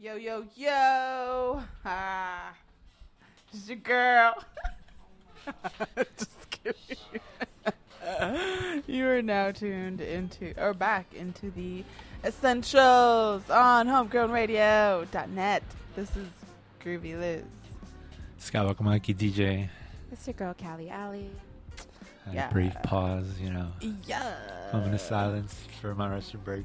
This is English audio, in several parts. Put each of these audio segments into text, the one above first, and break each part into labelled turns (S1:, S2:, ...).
S1: Yo, yo, yo. Ah, it's your girl. Just kidding. you are now tuned into, or back into the essentials on homegrownradio.net. This is Groovy Liz.
S2: Scott Wakamaki DJ.
S3: It's your girl, Callie Alley.
S2: Had
S1: Yeah. Uh,
S2: a brief pause, you know.
S1: Yeah.
S2: Moment of silence for my restroom break.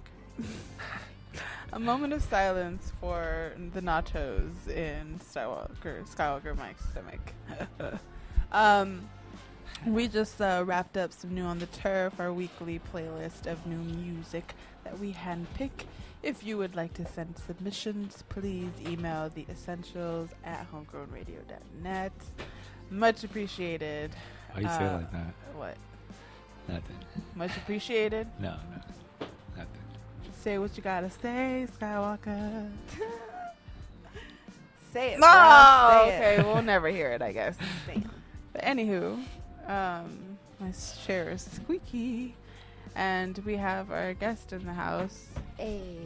S1: A moment of silence for the nachos in Skywalker, Skywalker Mike's stomach. um, we just uh, wrapped up some new on the turf, our weekly playlist of new music that we handpick. If you would like to send submissions, please email the essentials at homegrownradio.net. Much appreciated.
S2: Why you say it
S1: Uh,
S2: like that?
S1: What?
S2: Nothing.
S1: Much appreciated.
S2: No, no. Nothing.
S1: Say what you gotta say, Skywalker.
S3: Say it.
S1: No.
S3: girl, say it.
S1: Okay, we'll never hear it, I guess.
S3: Damn.
S1: But anywho, um, my chair is squeaky, and we have our guest in the house.
S3: Hey.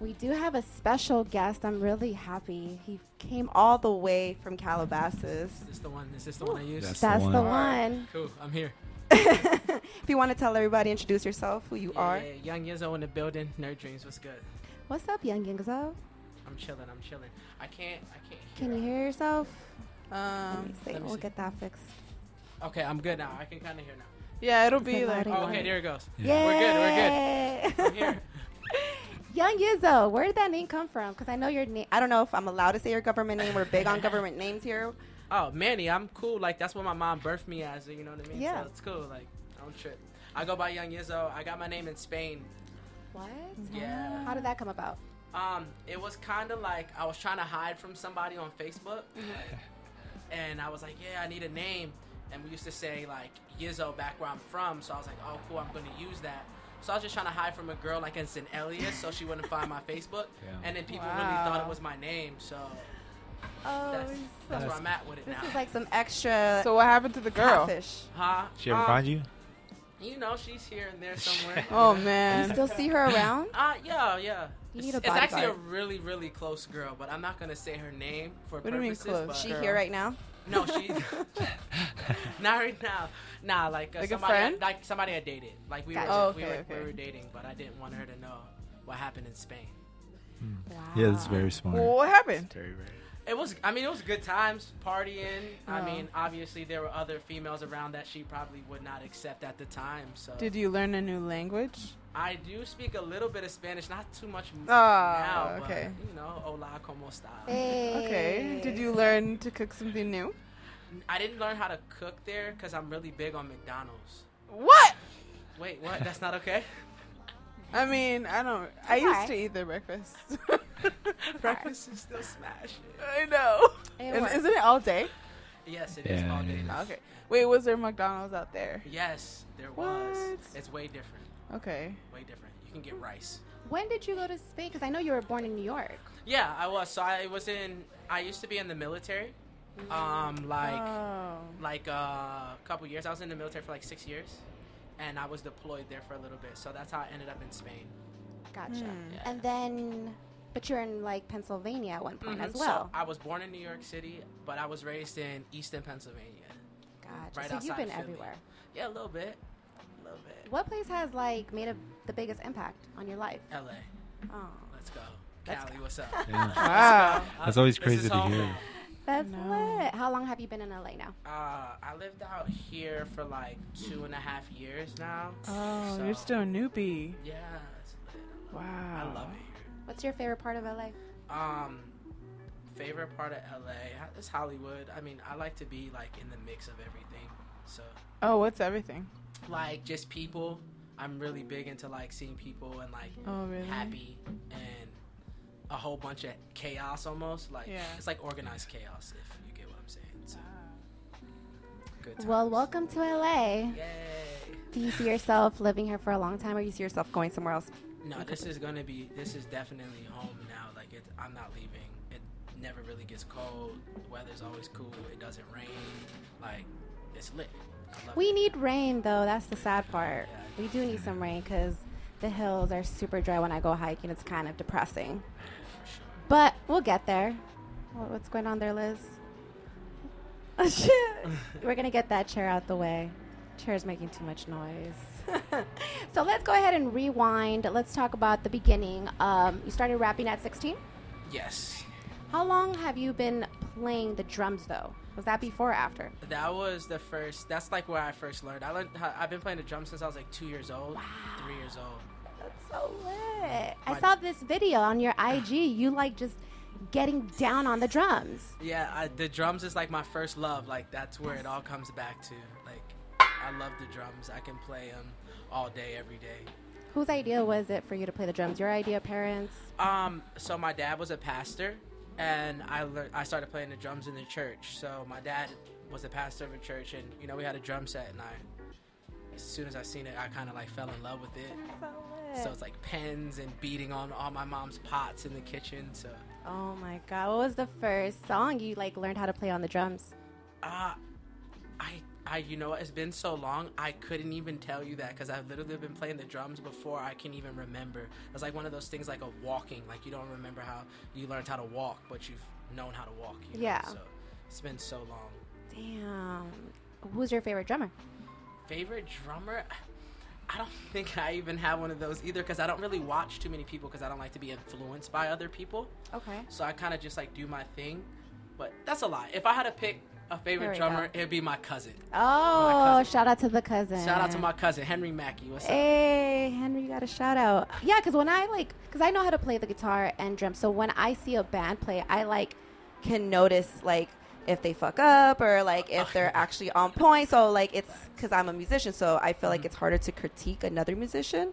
S3: We do have a special guest. I'm really happy. He came all the way from Calabasas.
S4: Is this the one? Is this the one I used?
S2: That's- the
S3: That's
S2: one.
S3: the one.
S4: cool. I'm here.
S3: if you want to tell everybody, introduce yourself, who you
S4: Yeah,
S3: are.
S4: yeah, young Yizzo in the building. Nerd dreams. What's good?
S3: What's up, Young Yingzo?
S4: I'm chilling. I'm chilling. I can't. I can't. Hear
S3: Can you hear yourself? Let
S1: Um,
S3: me see.
S4: let me
S3: We'll
S4: see.
S3: get that fixed.
S4: Okay, I'm good now. I can kind of hear now.
S1: yeah, it'll
S3: It's
S1: be
S3: a
S1: like
S3: lot
S4: Oh,
S3: of
S4: okay,
S3: Fine.
S4: there it goes.
S2: Yeah.
S4: We're good, we're good.
S3: Yay!
S4: I'm here.
S3: Young Yizzo, where did that name come from? Because I know your name. I don't know if I'm allowed to say your government name. We're big on government names here.
S4: oh, Manny, I'm cool. Like that's what my mom birthed me as. You know what I mean?
S3: Yeah.
S4: So it's cool. Like I don't trip. I go by Young Yizzo. I got my name in Spain.
S3: What?
S4: Yeah.
S3: How did that come about?
S4: Um, it was kind of like I was trying to hide from somebody on Facebook,
S2: Mm-hmm.
S4: and I was like, "Yeah, I need a name." And we used to say like Yizzo back where I'm from, so I was like, "Oh, cool, I'm gonna use that." So I was just trying to hide from a girl like it's an alias, so she wouldn't find my Facebook.
S2: Damn.
S4: And then people really
S1: Wow.
S4: thought it was my name, so
S3: Oh,
S4: that's,
S3: so-
S4: that's where I'm at with it
S3: this
S4: now.
S3: is like some extra
S1: uh, So what happened to the girl?
S3: catfish.
S4: huh?
S2: Did she ever
S4: Um,
S2: find you?
S4: You know, she's here and there somewhere.
S1: Oh
S3: You
S1: man,
S3: still see her around?
S4: Uh, yeah, yeah.
S3: You
S4: It's,
S3: need a
S4: it's actually a
S3: bodyguard.
S4: really, really close girl, but I'm not gonna say her name for
S1: What do you mean
S4: purposes.
S1: close?
S4: but-
S3: She
S1: Girl.
S3: here right now?
S4: No, she. not right now. Nah, like uh,
S1: Like a
S4: somebody,
S1: friend?
S4: like somebody I dated. Like we were,
S3: Gotcha.
S1: Oh,
S4: we, were
S1: okay,
S4: we
S1: okay.
S4: were dating, but I didn't want her to know what happened in Spain.
S3: Wow.
S2: Yeah, that's very smart.
S1: what happened?
S2: Very, very.
S4: It was, I mean, it was good times partying. I
S1: Oh.
S4: mean, obviously there were other females around that she probably would not accept at the time. So
S1: Did you learn a new language?
S4: I do speak a little bit of Spanish, not too much m-
S1: Oh,
S4: now. but,
S1: okay.
S4: you know, hola, cómo está.
S3: Eh.
S1: Okay. Did you learn to cook something new?
S4: I didn't learn how to cook there because I'm really big on McDonald's.
S1: What?
S4: Wait, what? That's not okay.
S1: I mean, I don't. I
S3: It's
S1: used
S3: alright.
S1: to eat their breakfast.
S4: Breakfast is still smashing.
S1: I know.
S3: It
S1: And
S3: worked.
S1: isn't it all day?
S4: Yes, it is
S2: Yeah,
S4: all
S2: it
S4: day.
S2: is.
S1: Okay. Wait, was there McDonald's out there?
S4: Yes, there was.
S1: What?
S4: It's way different.
S1: Okay.
S4: Way different. You can get rice.
S3: When did you go to Spain? Because I know you were born in New York.
S4: Yeah, I was. So I was in. I used to be in the military. Um, like
S1: oh.
S4: like uh, a couple years. I was in the military for like six years, and I was deployed there for a little bit. So that's how I ended up in Spain.
S1: Hmm.
S3: Gotcha. Mm-hmm. And then, but you're in like Pennsylvania at one point
S4: Mhm.
S3: as well.
S4: So I was born in New York City, but I was raised in Easton, Pennsylvania.
S3: gotcha.
S4: right
S3: so you've
S4: outside
S3: been
S4: of Philly.
S3: everywhere.
S4: Yeah, a little bit, a little bit.
S3: What place has like made a, the biggest impact on your life?
S4: L.A.
S3: Oh,
S4: Let's go.
S3: Let's
S4: Cali, what's up? Uh,
S2: Yeah.
S1: Wow.
S2: That's always
S4: This is
S2: crazy to
S4: home.
S2: hear.
S3: that's
S1: No.
S3: lit. How long have you been in LA now?
S4: Uh, I lived out here for like two and a half years now.
S1: Oh,
S4: So,
S1: you're still Oh. a newbie.
S4: Yeah, it's lit.
S1: Wow.
S4: I love it
S3: What's your favorite part of LA?
S4: here. Um, favorite part of LA is Hollywood. I mean, I like to be like in the mix of everything. So,
S1: Oh, what's everything?
S4: like, just people. I'm really big into like seeing people and like
S1: Oh, really?
S4: happy and a whole bunch of chaos almost. Like,
S1: Yeah.
S4: it's like organized chaos if you get what I'm saying. So, good. Times.
S3: Well, welcome to LA.
S4: Yay.
S3: Do you see yourself living here for a long time, or you see yourself going somewhere else?
S4: No, this is gonna be. This is definitely home now. Like it, I'm not leaving. It never really gets cold. The weather's always cool. It doesn't rain. Like it's lit. I love
S3: We
S4: it.
S3: need rain, though. That's the sad part. We do need some rain because the hills are super dry when I go hiking. It's kind of depressing.
S4: for sure.
S3: But we'll get there. What, what's going on there, Liz? Oh, shit. We're going to get that chair out the way. Chair's making too much noise. so let's go ahead and rewind. Let's talk about the beginning. Um, you started rapping at 16.
S4: Yes.
S3: How long have you been playing the drums, though? Was that before or after?
S4: That was the first. That's like where I first learned. I learned. How, I've been playing the drums since I was like two years old, three years old.
S3: That's so lit. I
S4: My-
S3: saw this video on your IG. You like just getting down on the drums.
S4: Yeah, I, the drums is like my first love. Like that's where it all comes back to. Like I love the drums. I can play them all day, every day.
S3: Whose idea was it for you to play the drums? Your idea, parents?
S4: Um, so my dad was a pastor, and I learned I started playing the drums in the church. So my dad was the pastor of a church, and you know we had a drum set, and I, as soon as I seen it, I kind of like fell in love with it. So it's like pens and beating on all my mom's pots in the kitchen. So
S3: Oh my god! What was the first song you like learned how to play on the drums?
S4: uh, I, I, you know, what, it's been so long, I couldn't even tell you that because I've literally been playing the drums before I can even remember. It's like one of those things, like a walking, like you don't remember how you learned how to walk, but you've known how to walk. You know?
S3: Yeah.
S4: So it's been so long.
S3: Damn. Who's your favorite drummer?
S4: Favorite drummer? I don't think I even have one of those either because I don't really watch too many people because I don't like to be influenced by other people.
S3: Okay.
S4: So I kind of just like do my thing. But that's a lot. If I had to pick a
S3: There
S4: favorite
S3: we
S4: drummer,
S3: go.
S4: it'd be my cousin.
S3: Oh,
S4: cousin.
S3: shout out to the cousin.
S4: Shout
S5: Uh,
S4: out to my cousin, Henry Mackey. What's
S5: eh,
S4: up?
S3: Hey, Henry, you got a shout out. Yeah, because when I like, because I know how to play the guitar and drums. So when I see a band play, I like can notice like if they fuck up or like if they're actually on point. So like it's because I'm a musician, so I feel like it's harder to critique another musician.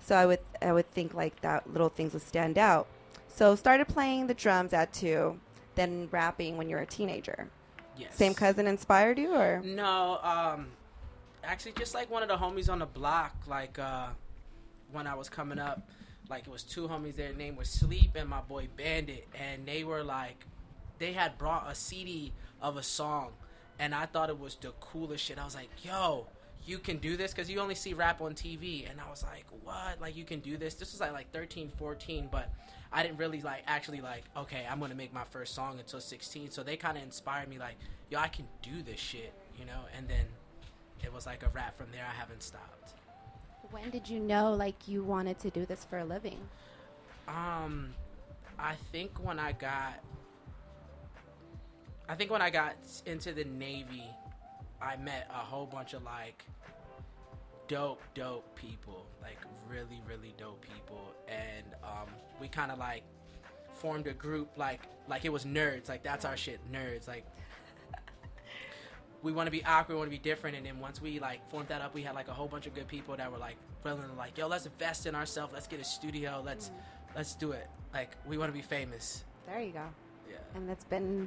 S3: So I would I would think like that little things would stand out. So started playing the drums at two, then rapping when you were a teenager.
S4: Yes.
S5: Same cousin inspired you, or
S4: No, um, actually, just like one of the homies on the block, like uh, when I was coming up, like it was two homies. Their name was Sleep and my boy Bandit, and they were like, they had brought a CD of a song, and I thought it was the coolest shit. I was like, yo. You can do this because you only see rap on TV, and I was like, "What? Like you can do this?" This was like like 13, 14, but I didn't really like actually like, okay, I'm gonna make my first song until 16. So they kind of inspired me, like, yo, I can do this shit, you know. And then it was like a rap from there. I haven't stopped.
S3: When did you know like you wanted to do this for a living?
S4: Um, I think when I got, I think when I got s- into the Navy, I met a whole bunch of like dope, dope people, like really, really dope people, and um, we kind of like formed a group, like like it was nerds, like that's our shit, nerds, like. We want to be awkward, we want to be different, and then once we like formed that up, we had like a whole bunch of good people that were like willing, to, like, yo, let's invest in ourselves, let's get a studio, let's let's do it. Like we want to be famous.
S5: there you go.
S4: Yeah.
S5: And that's been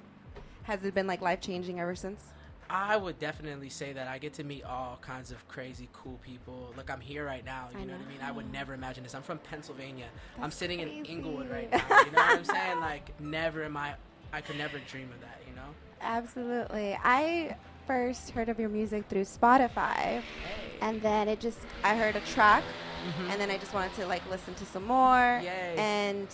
S5: has it been like life changing ever since?
S4: I would definitely say that I get to meet all kinds of crazy, cool people. Look, I'm here right now. You
S3: I
S4: know, what I mean? I would never imagine this. I'm from Pennsylvania. I'm sitting in
S3: crazy.
S4: Inglewood right now. You know what I'm saying? Like, never in my, I could never dream of that. You know?
S3: Absolutely. I first heard of your music through Spotify, and then it just Mm-hmm.
S5: I heard a track, and then I just wanted to like listen to some more.
S4: Yay.
S5: And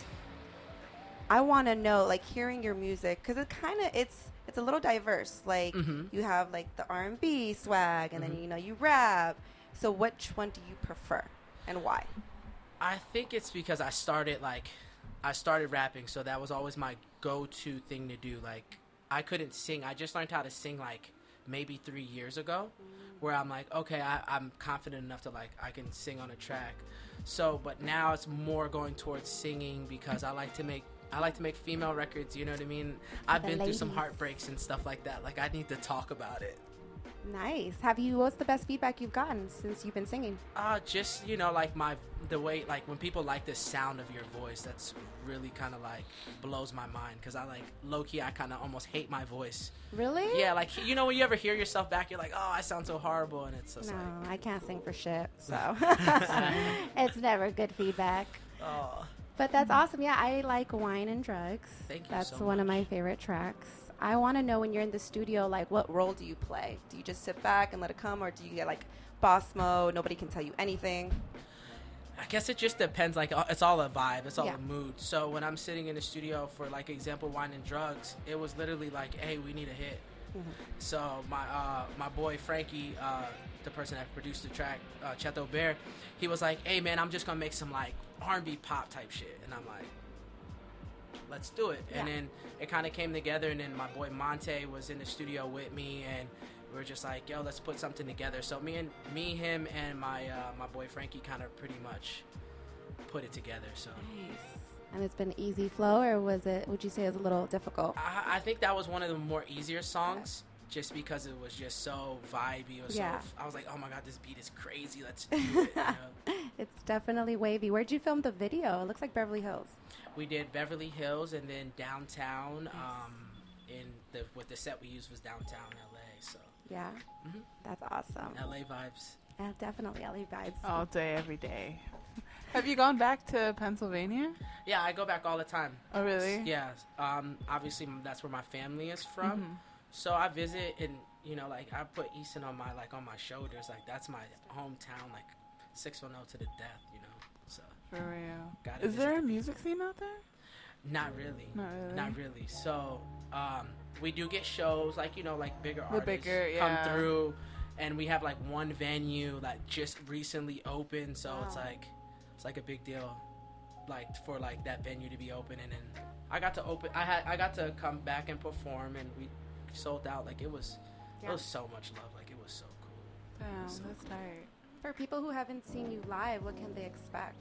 S5: I want to know, like, hearing your music because it kind of it's it's a little diverse. Like
S3: Mm-hmm.
S4: Mhm.
S5: you have like the R and B swag, and then you know you rap. So which one do you prefer, and why?
S4: I think it's because I started like, I started rapping, so that was always my go-to thing to do. Like, I couldn't sing. I just learned how to sing like maybe three years ago, where I'm like, okay, I, I'm confident enough to like I can sing on a track. So, but now it's more going towards singing because I like to make I like to make female records. You know what I mean? I've
S3: the
S4: been through some
S3: ladies.
S4: heartbreaks and stuff like that. Like I need to talk about it.
S3: nice. Have you? What's the best feedback you've gotten since you've been singing?
S4: Uh, just you know, like my the way like when people like the sound of your voice, that's really kind of like blows my mind because I like low key, I kind of almost hate my voice.
S3: Really?
S4: Yeah, like you know when you ever hear yourself back, you're like, oh, I sound so horrible, and it's just
S3: No,
S4: like,
S3: I can't sing for shit. So it's never good feedback.
S4: oh,
S3: But that's awesome. Yeah, I like wine and drugs.
S4: Thank you
S3: That's
S4: so
S3: one of my favorite tracks. I want to know when you're in the studio, like what
S5: What role do you play? Do you just sit back and let it come, or do you get like boss mode? Nobody can tell you anything.
S4: I guess it just depends. Like uh, it's all a vibe. It's all
S3: Yeah.
S4: a mood. So when I'm sitting in the studio for like example, wine and drugs, it was literally like, hey, we need a hit.
S3: Mm-hmm.
S4: So my uh, my boy Frankie, uh, the person that produced the track, uh, Cheto Bear, he was like, hey man, I'm just gonna make some like R&B pop type shit, and I'm like. Let's do it. And
S3: Yeah.
S4: then it kind of came together. And then my boy Monte was in the studio with me, and we were just like, "Yo, let's put something together." So me and me, him, and my uh, my boy Frankie kind of pretty much put it together. So
S3: And it's been easy flow, or was it? Would you say it was a little difficult?
S4: I, I think that was one of the more easier songs, just because it was just so vibey. Or
S3: Yeah.
S4: so I was like, "Oh my god, this beat is crazy. Let's do it." you know?
S3: It's definitely wavy. Where'd you film the video? It looks like Beverly Hills.
S4: We did Beverly Hills and then downtown. Um, in the what the set we used was downtown LA. So
S3: Yeah,
S4: Mhm.
S3: that's awesome.
S4: LA vibes.
S3: Yeah, definitely LA vibes.
S4: Oh,
S1: all day, every day. Have you gone back to Pennsylvania?
S4: Yeah, I go back all the time.
S1: Oh, really?
S4: Yeah. Um, obviously, that's where my family is from.
S1: Mm-hmm.
S4: So I visit, and you know, like I put Easton on my like on my shoulders. Like that's my hometown. Like six one zero to the death. You know. So
S1: For real.
S4: Gotta
S1: Is
S4: visit
S1: there a
S4: the
S1: music scene out there?
S4: not really.
S1: Not really.
S4: Not really. So um, we do get shows like you know like bigger
S1: The
S4: artists
S1: bigger, yeah.
S4: come through, and we have like one venue that just recently opened. So it's
S3: Wow.
S4: like it's like a big deal, like for like that venue to be open. And then I got to open. I had I got to come back and perform, and we sold out. Like it was
S3: Yeah.
S4: it was so much love. Like it was so cool.
S1: Damn,
S4: So
S1: that's tight.
S3: For people who haven't seen you live, what can they expect?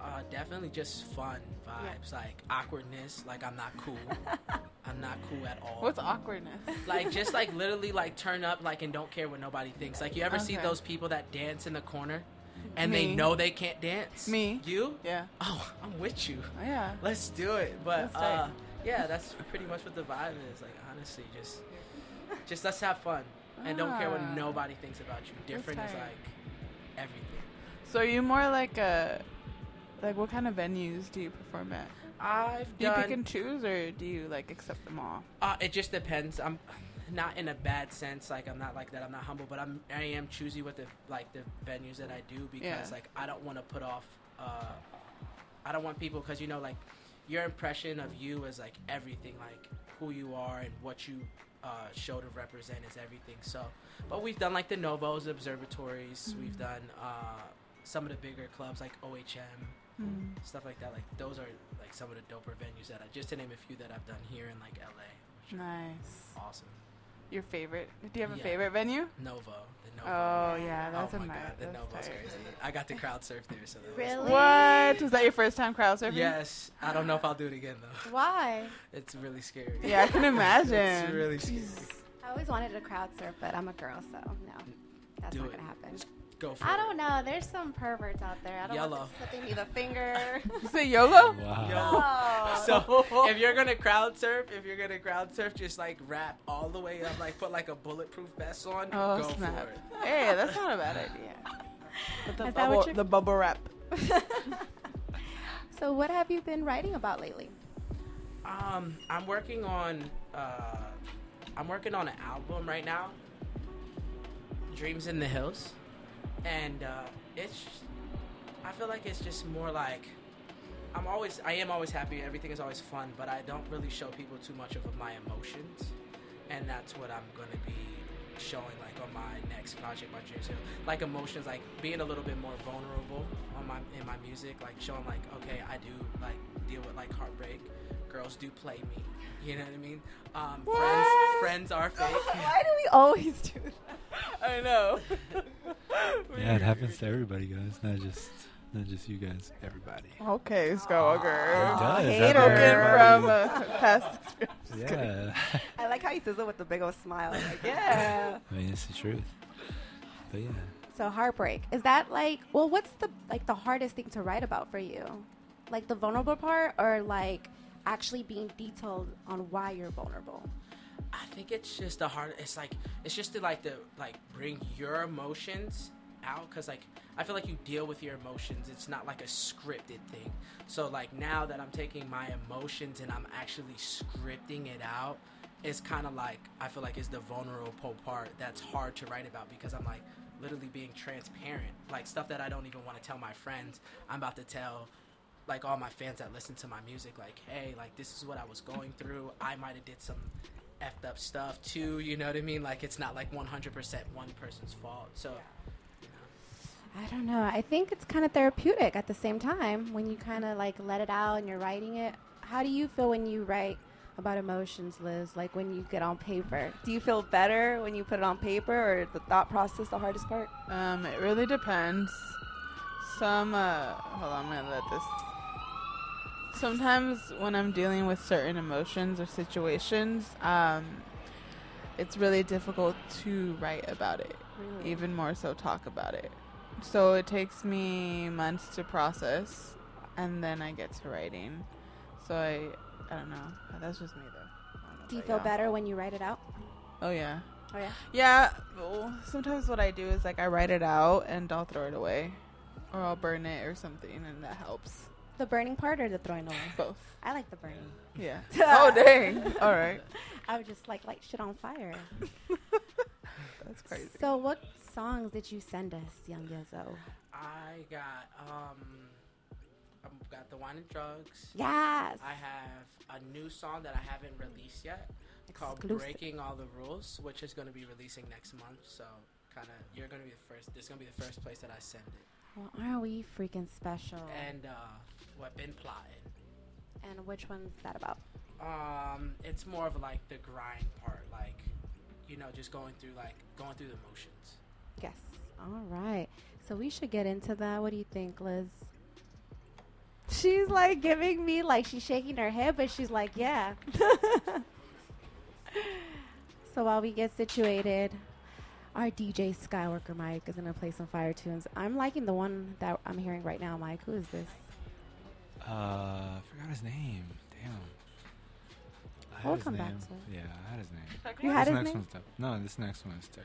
S4: Uh, definitely just fun vibes, like awkwardness. Like I'm not cool. I'm not cool at all.
S1: What's awkwardness?
S4: like just like literally like turn up like and don't care what nobody thinks like you ever see
S1: Okay.
S4: those people that dance in the corner and
S1: Me.
S4: they know they can't dance
S1: Me.
S4: you
S1: yeah.
S4: oh i'm with you
S1: Oh, yeah.
S4: let's do it but
S1: That's tight.
S4: uh, yeah that's pretty much what the vibe is like honestly just just let's have fun and don't care what
S1: Ah.
S4: nobody thinks about you different is
S1: tight.
S4: like everything
S1: So are you more like a like what kind of venues do you perform at?
S4: i've
S1: Do you
S4: done
S1: pick and choose or do you like accept them all?
S4: Uh, it just depends. I'm not in a bad sense. Like I'm not like that. I'm not humble, but I'm I am choosy with the like the venues that I do because
S1: Yeah.
S4: like I don't want to put off. Uh, I don't want people because you know like your impression of you is like everything like who you are and what you uh, show to represent is everything. So, but we've done like the Novos observatories. We've done uh, some of the bigger clubs like OHM
S1: Mm. Hmm.
S4: stuff like that. Like those are like some of the doper venues that I just to name a few that I've done here in like LA, which
S1: Nice.
S4: are awesome.
S1: Your favorite? Do you have a
S4: Yeah.
S1: favorite venue?
S4: Novo, the Novo.
S1: Oh yeah, that's
S4: oh
S1: a
S4: my
S1: nice.
S4: god, the
S1: that's
S4: Novo's
S1: tight.
S4: crazy. I got to crowd surf there, so that
S3: Really?
S1: What was that your first time crowd
S4: was
S1: surfing?
S4: Yes, I don't know if I'll do it again though.
S3: Why?
S4: It's really scary.
S1: Yeah, I can imagine.
S4: it's really scary.
S3: I always wanted to crowd surf, but I'm a girl, so no, that's
S4: do
S3: not
S4: it.
S3: gonna happen.
S4: Just go for it.
S3: I don't know. There's some perverts out there. I don't
S4: Yellow.
S3: want them slipping me the finger.
S1: You say YOLO?
S2: Wow.
S3: oh.
S4: So if you're gonna crowd surf, if you're gonna crowd surf, just like wrap all the way up, like put like a bulletproof vest on.
S1: Oh
S4: go
S1: snap!
S4: for it.
S1: Hey, that's not a bad idea. But the,
S3: Is that what
S1: bubble,
S3: you're-
S1: the bubble wrap.
S3: so what have you been writing about lately?
S4: Um, I'm working on uh, I'm working on an album right now. Dreams in the Hills, and uh, it's I feel like it's just more like I'm always I am always happy. Everything is always fun, but I don't really show people too much of my emotions, and that's what I'm gonna be showing like on my next project, my Dreams in the Hills. Like emotions, like being a little bit more vulnerable on my in my music, like showing like okay, I do like deal with like heartbreak. Girls do play me. You know what I mean? Um, friends,
S3: What?
S4: friends are fake.
S3: Why do we always do that?
S1: I know.
S2: Yeah, it happens to everybody, guys. Not just not just you guys. Everybody.
S1: Okay, Skywalker.
S2: does.
S5: hater.
S2: Happens
S1: Spoken
S2: to
S1: from
S2: everybody.
S1: uh, past experience.
S2: yeah.
S5: I like how he says it with the big old smile. Like,
S3: Yeah.
S2: I mean, it's the truth. But yeah,
S3: So heartbreak. Is that like well what's the like the hardest thing to write about for you? Like the vulnerable part or like actually being detailed on why you're vulnerable?
S4: I think it's just the hard. It's like it's just to like to like bring your emotions out because like I feel like you deal with your emotions. It's not like a scripted thing. So like now that I'm taking my emotions and I'm actually scripting it out, it's kind of like I feel like it's the vulnerable part that's hard to write about because I'm like literally being transparent, like stuff that I don't even want to tell my friends. I'm about to tell like all my fans that listen to my music, like, hey, like this is what I was going through. I might have did some effed up stuff too. You know what I mean? Like it's not like 100% one person's fault. So.
S3: I don't know. I think it's kind of therapeutic at the same time when you kind of like let it out and you're writing it. How do you feel when you write about emotions, Liz? Like when you get on paper?
S5: Do you feel better when you put it on paper, or the thought process the hardest part?
S1: Um, it really depends. Some, uh, hold on, I'm gonna let this. Sometimes when I'm dealing with certain emotions or situations, um, it's really difficult to write about it,
S3: Really?
S1: even more so talk about it. So it takes me months to process, and then I get to writing. So I, I don't know. That's just me though. I don't know
S3: Do you
S1: about
S3: feel
S1: y'all.
S3: better when you write it out?
S1: Oh yeah.
S3: Oh yeah.
S1: Yeah, well, sometimes what I do is like I write it out and I'll throw it away, or I'll burn it or something, and that helps.
S3: The burning part or the throwing away?
S1: Both.
S3: I like the burning.
S1: Yeah. oh dang! All right.
S3: I would just like light shit on fire.
S1: That's crazy.
S3: So, what songs did you send us, Young Yozo?
S4: I got um, I've got the wine and drugs.
S3: Yes.
S4: I have a new song that I haven't released yet called
S3: Exclusive.
S4: "Breaking All the Rules," which is going to be releasing next month. So kind of you're going to be the first. This is going to be the first place that I send it.
S3: Well, aren't we freaking special?
S4: And uh, what been plotting.
S3: And which one's that about?
S4: Um, it's more of like the grind part, like you know, just going through like going through the motions.
S3: Yes. All right. So we should get into that. What do you think, Liz? She's like giving me like she's shaking her head, but she's like, yeah. so while we get situated, our DJ Skyworker Mike is gonna play some fire tunes. I'm liking the one that I'm hearing right now, Mike. Who is this?
S2: Uh, I forgot his name. Damn. I had
S3: We'll
S2: his
S3: come
S2: name.
S3: back to it.
S2: Yeah, I had his name.
S3: You
S2: this
S3: had his
S2: next
S3: name?
S2: one's tough. No, this next one is Tech.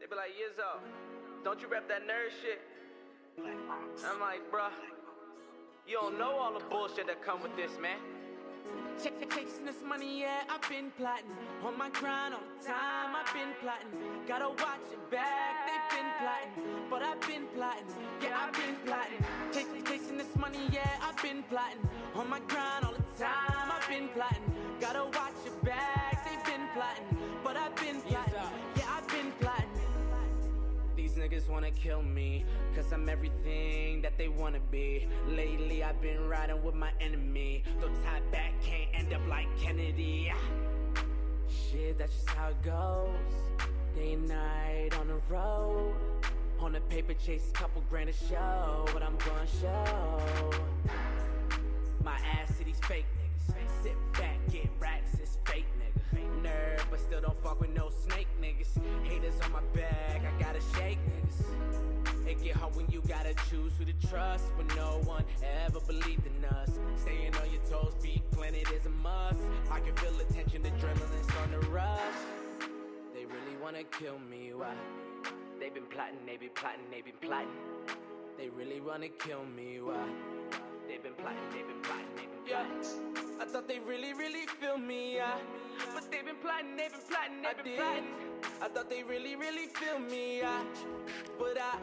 S6: They be like, Yizzo, don't you rap that nerd shit? I'm like, bruh, you don't know all the bullshit that come with this, man.
S4: Check, check, chasing this money, yeah, I've been plotting. On my grind all the time, I've been plotting. Gotta watch it back, they've been plotting. But I've been plotting, yeah, I've been plotting. Chasing, chasing this money, yeah, I've been plotting. On my grind all the time, I've been plotting. Gotta watch just wanna kill me. Cause I'm everything that they wanna be. Lately, I've been riding with my enemy. Though tied back can't end up like Kennedy. Ah. Shit, that's just how it goes. Day and night on the road. On the paper chase, couple grand a show. But I'm gonna show. My ass to these fake niggas. Sit back, get racks, it's fake nigga. Nerd, but still don't fuck with no snake niggas. Haters on my back, I gotta shake niggas. It get hard when you gotta choose who to trust when no one ever believed in us. Staying on your toes, be planted is a must. I can feel the tension, adrenaline starting to rush. They really wanna kill me, why? They been plotting, they been plotting, they been plotting. They really wanna kill me, why? They been plotting, they been plotting, they been plotting. Yeah. I thought they really, really feel me, yeah. But they been plotting, they been plotting, they been plotting. I thought they really, really feel me, yeah. But I,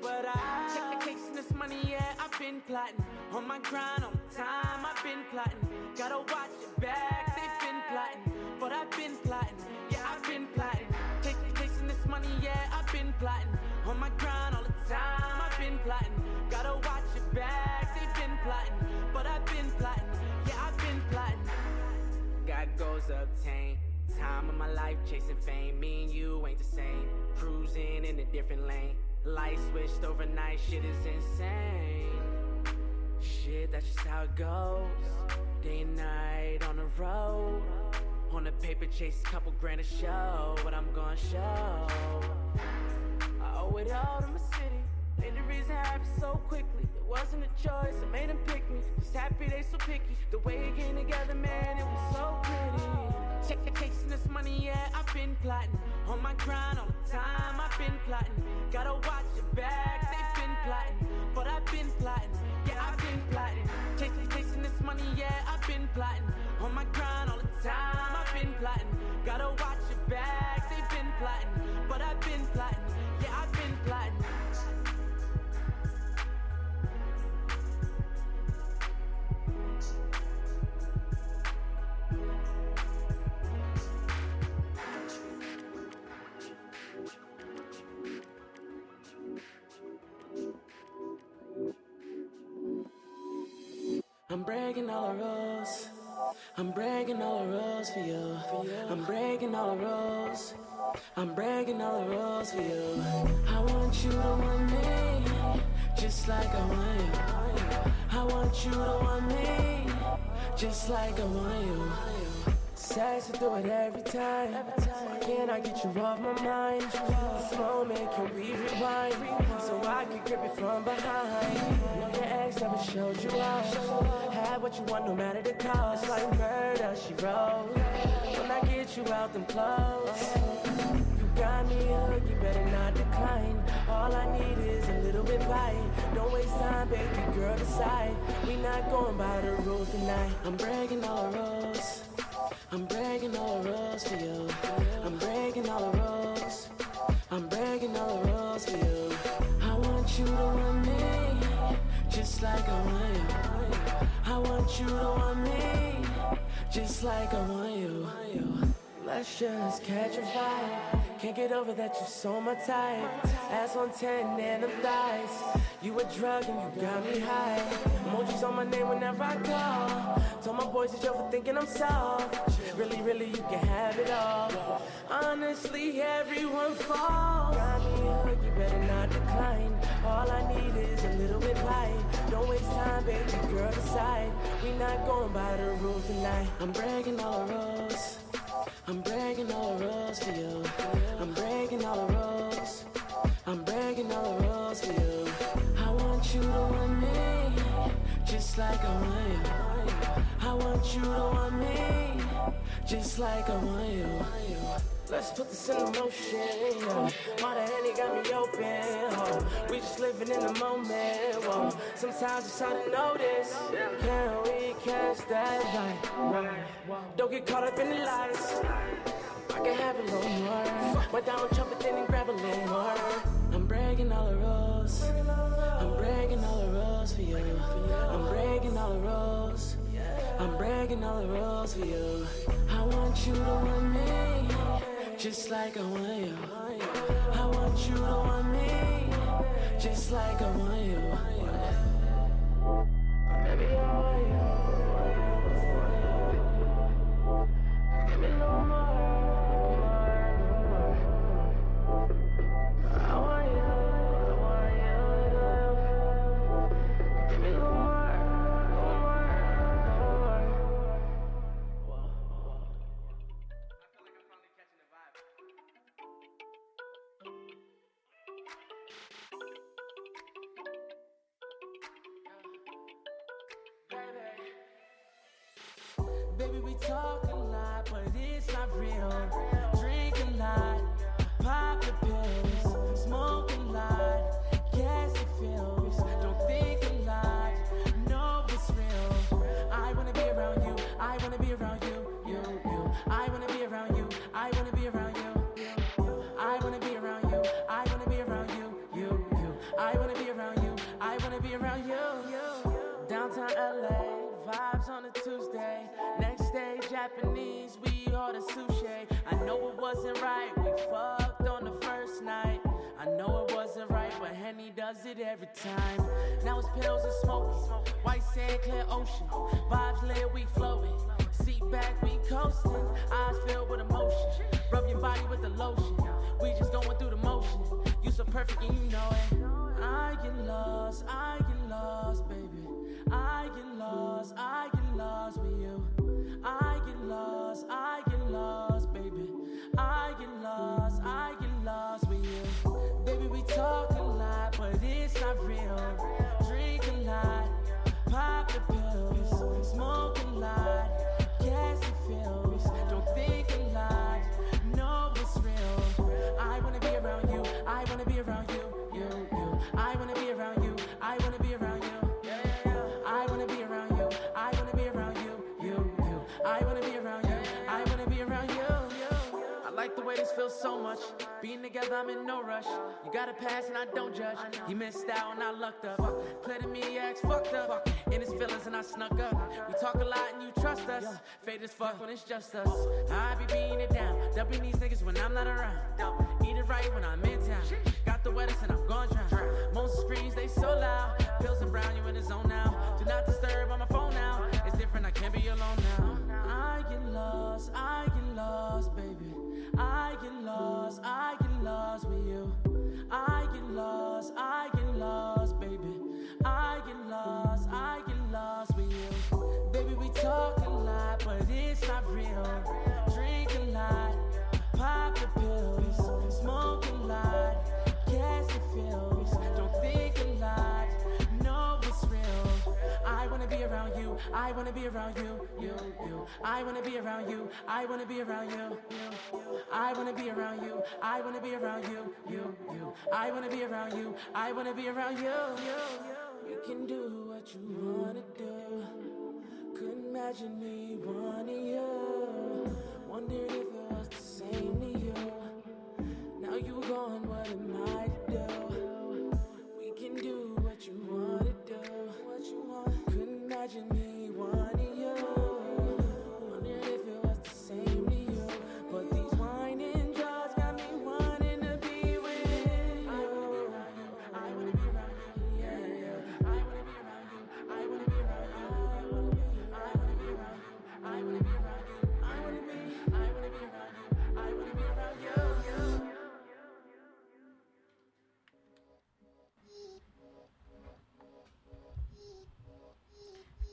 S4: but I. Check the case and this money, yeah. I've been plotting. On my grind, on time, I've been plotting. Gotta watch it back, they've been plotting. But I've been plotting, yeah, I've been plotting. Take the case and this money, yeah. I've been plotting. On my grind all the time, I've been plotting. Gotta watch it back, they've been plotting. But I've been plotting, yeah, I've been plotting. God goes obtain time of my life chasing fame. Me and you ain't the same. Cruising in a different lane. Life switched overnight, shit is insane. Shit, that's just how it goes. Day and night on the road. On the paper chase, couple grand a show. But I'm gonna show. I owe it all to my city. Made the reason I happened so quickly. It wasn't a choice, I made them pick me. Just happy they so picky. The way it came together, man, it was so pretty. Check the case and this money, yeah, I've been plotting. On my grind all the time, I've been plotting. Gotta watch your back, they've been plotting. But I've been plotting, yeah, I've been plotting. Chase, chasing this money, yeah, I've been plotting. On my grind all the time, I've been plotting. Gotta watch your back, they've been plotting. But I've been plotting, yeah, I've been plotting. I'm breaking all the rules. I'm breaking all the rules for you. I'm breaking all the rules. I'm breaking all the rules for you. I want you to want me, just like I want you. I want you to want me, just like I want you. Sex to do it every time. Can I get you off my mind? This moment can we rewind? So I can grip it from behind. Know your ex never showed you out. Had what you want, no matter the cost. Like murder, she wrote. When I get you out them clothes. You got me hooked, you better not decline. All I need is a little bit right. Don't waste time, baby girl, decide. We not going by the rules tonight. I'm breaking all the rules. I'm breaking all the rules for you. I'm breaking all the rules. I'm breaking all the rules for you. I want you to want me, just like I want you. I want you to want me, just like I want you. Let's just catch a vibe. Can't get over that you so my type. Ass on 10 and them thighs. You a drug and you got me high. Emojis on my name whenever I call. Told my boys that you're for thinking I'm soft. Really, really, you can have it all. Honestly, everyone falls. Got me hooked, you better not decline. All I need is a little bit right. Don't waste time, baby girl, decide. We not going by the rules tonight. I'm breaking all the rules. I'm breaking all the rules for you. I'm breaking all the rules. I'm breaking all the rules for you. I want you to want me, just like I want you. I want you to want me, just like I want you. Let's put this in motion. Yeah. Mata Henny got me open. Oh. We just living in the moment. Whoa. Sometimes it's hard to notice. Can we catch that light? Right. Don't get caught up in the lights. I can have a little more. Went down, jump it, then and grab a little more. I'm breaking all the rules. I'm breaking all the rules for you. I'm breaking all the rules. I'm breaking all the rules for you. I want you to want me Just like I want you. I want you to want me. Just like I want you. Baby, I want you. Give me no more, no more, no more, no more. I want you, I want you, love. Give me no more, no more, no more. Baby, we talk a lot, but it's not real. Drink a lot, pop the pills, smoke a lot, guess it feels. Don't think a lot, know it's real. I wanna be around you, I wanna be around you, you, you. I wanna be around you, I wanna be around you, you, you. I wanna be around you, I wanna be around you, you, you. I wanna be around you, I wanna be around you, you. Downtown LA, vibes on a Tuesday. Next day, Japanese, we ordered sushi. I know it wasn't right, we fucked on the first night. I know it wasn't right, but Henny does it every time. Now it's pills and smoke, white sand, clear ocean. Vibes lit, we floating. Seat back, we coasting. Eyes filled with emotion. Rub your body with the lotion. We just going through the motion. You so perfect and you know it. I get lost, I get lost, baby. I get lost, I get lost with you. I get lost, I get lost, baby. I get lost, I get lost with you. Baby, we talk a lot, but it's not real. Drink a lot, pop the pills, smoke a lot, guess it feels. Don't think a lot, know it's real. I wanna be around you, I wanna be around you, you, you. I wanna be around you, I wanna be around you. Yeah, yeah, yeah. I wanna be around you, I wanna be around you, you, you. I wanna be around you, I wanna be around you, you. I like the way this feels so much. Being together, I'm in no rush. You got to pass and I don't judge. You missed out and I lucked up. Clear to me, yeah, it's fucked up. In his feelings and I snuck up. We talk a lot and you trust us. Fade as fuck when it's just us. I be beating it down. Dumping these niggas when I'm not around. Eat it right when I'm in town. Got the wettest and I'm gone drown. Most screams, they so loud. Pills and brown, you in the zone now. Do not disturb on my phone now. It's different, I can't be alone now. I get lost, I get lost, baby. I get lost, I get lost with you. I get lost, I get lost, baby. I get lost, I get lost with you. Baby, we talk a lot, but it's not real. Drink a lot, pop the pills, smoke a lot, guess it feels. Don't think a lot, know it's real. I wanna be around you, I wanna be around you, you, you. I wanna be around you, I wanna be around you, you, you. I wanna be around you, I wanna be around you, you, you. I wanna be around you, I wanna be around you, you, you. You can do what you wanna do. Couldn't imagine me wanting you. Wondered if it was the same to you. Now you gone, what am I to do? We can do what you wanna do. What you want. Couldn't imagine me wanting you. Wondered if it was the same to you. But these whining jaws got me wanting to be with you. I wanna be around you. I wanna be around you. Yeah, yeah. I wanna be around you. I wanna be around you. I wanna be. I wanna be around you. I wanna be around you. I wanna be. I wanna be around you. I wanna be around you. you.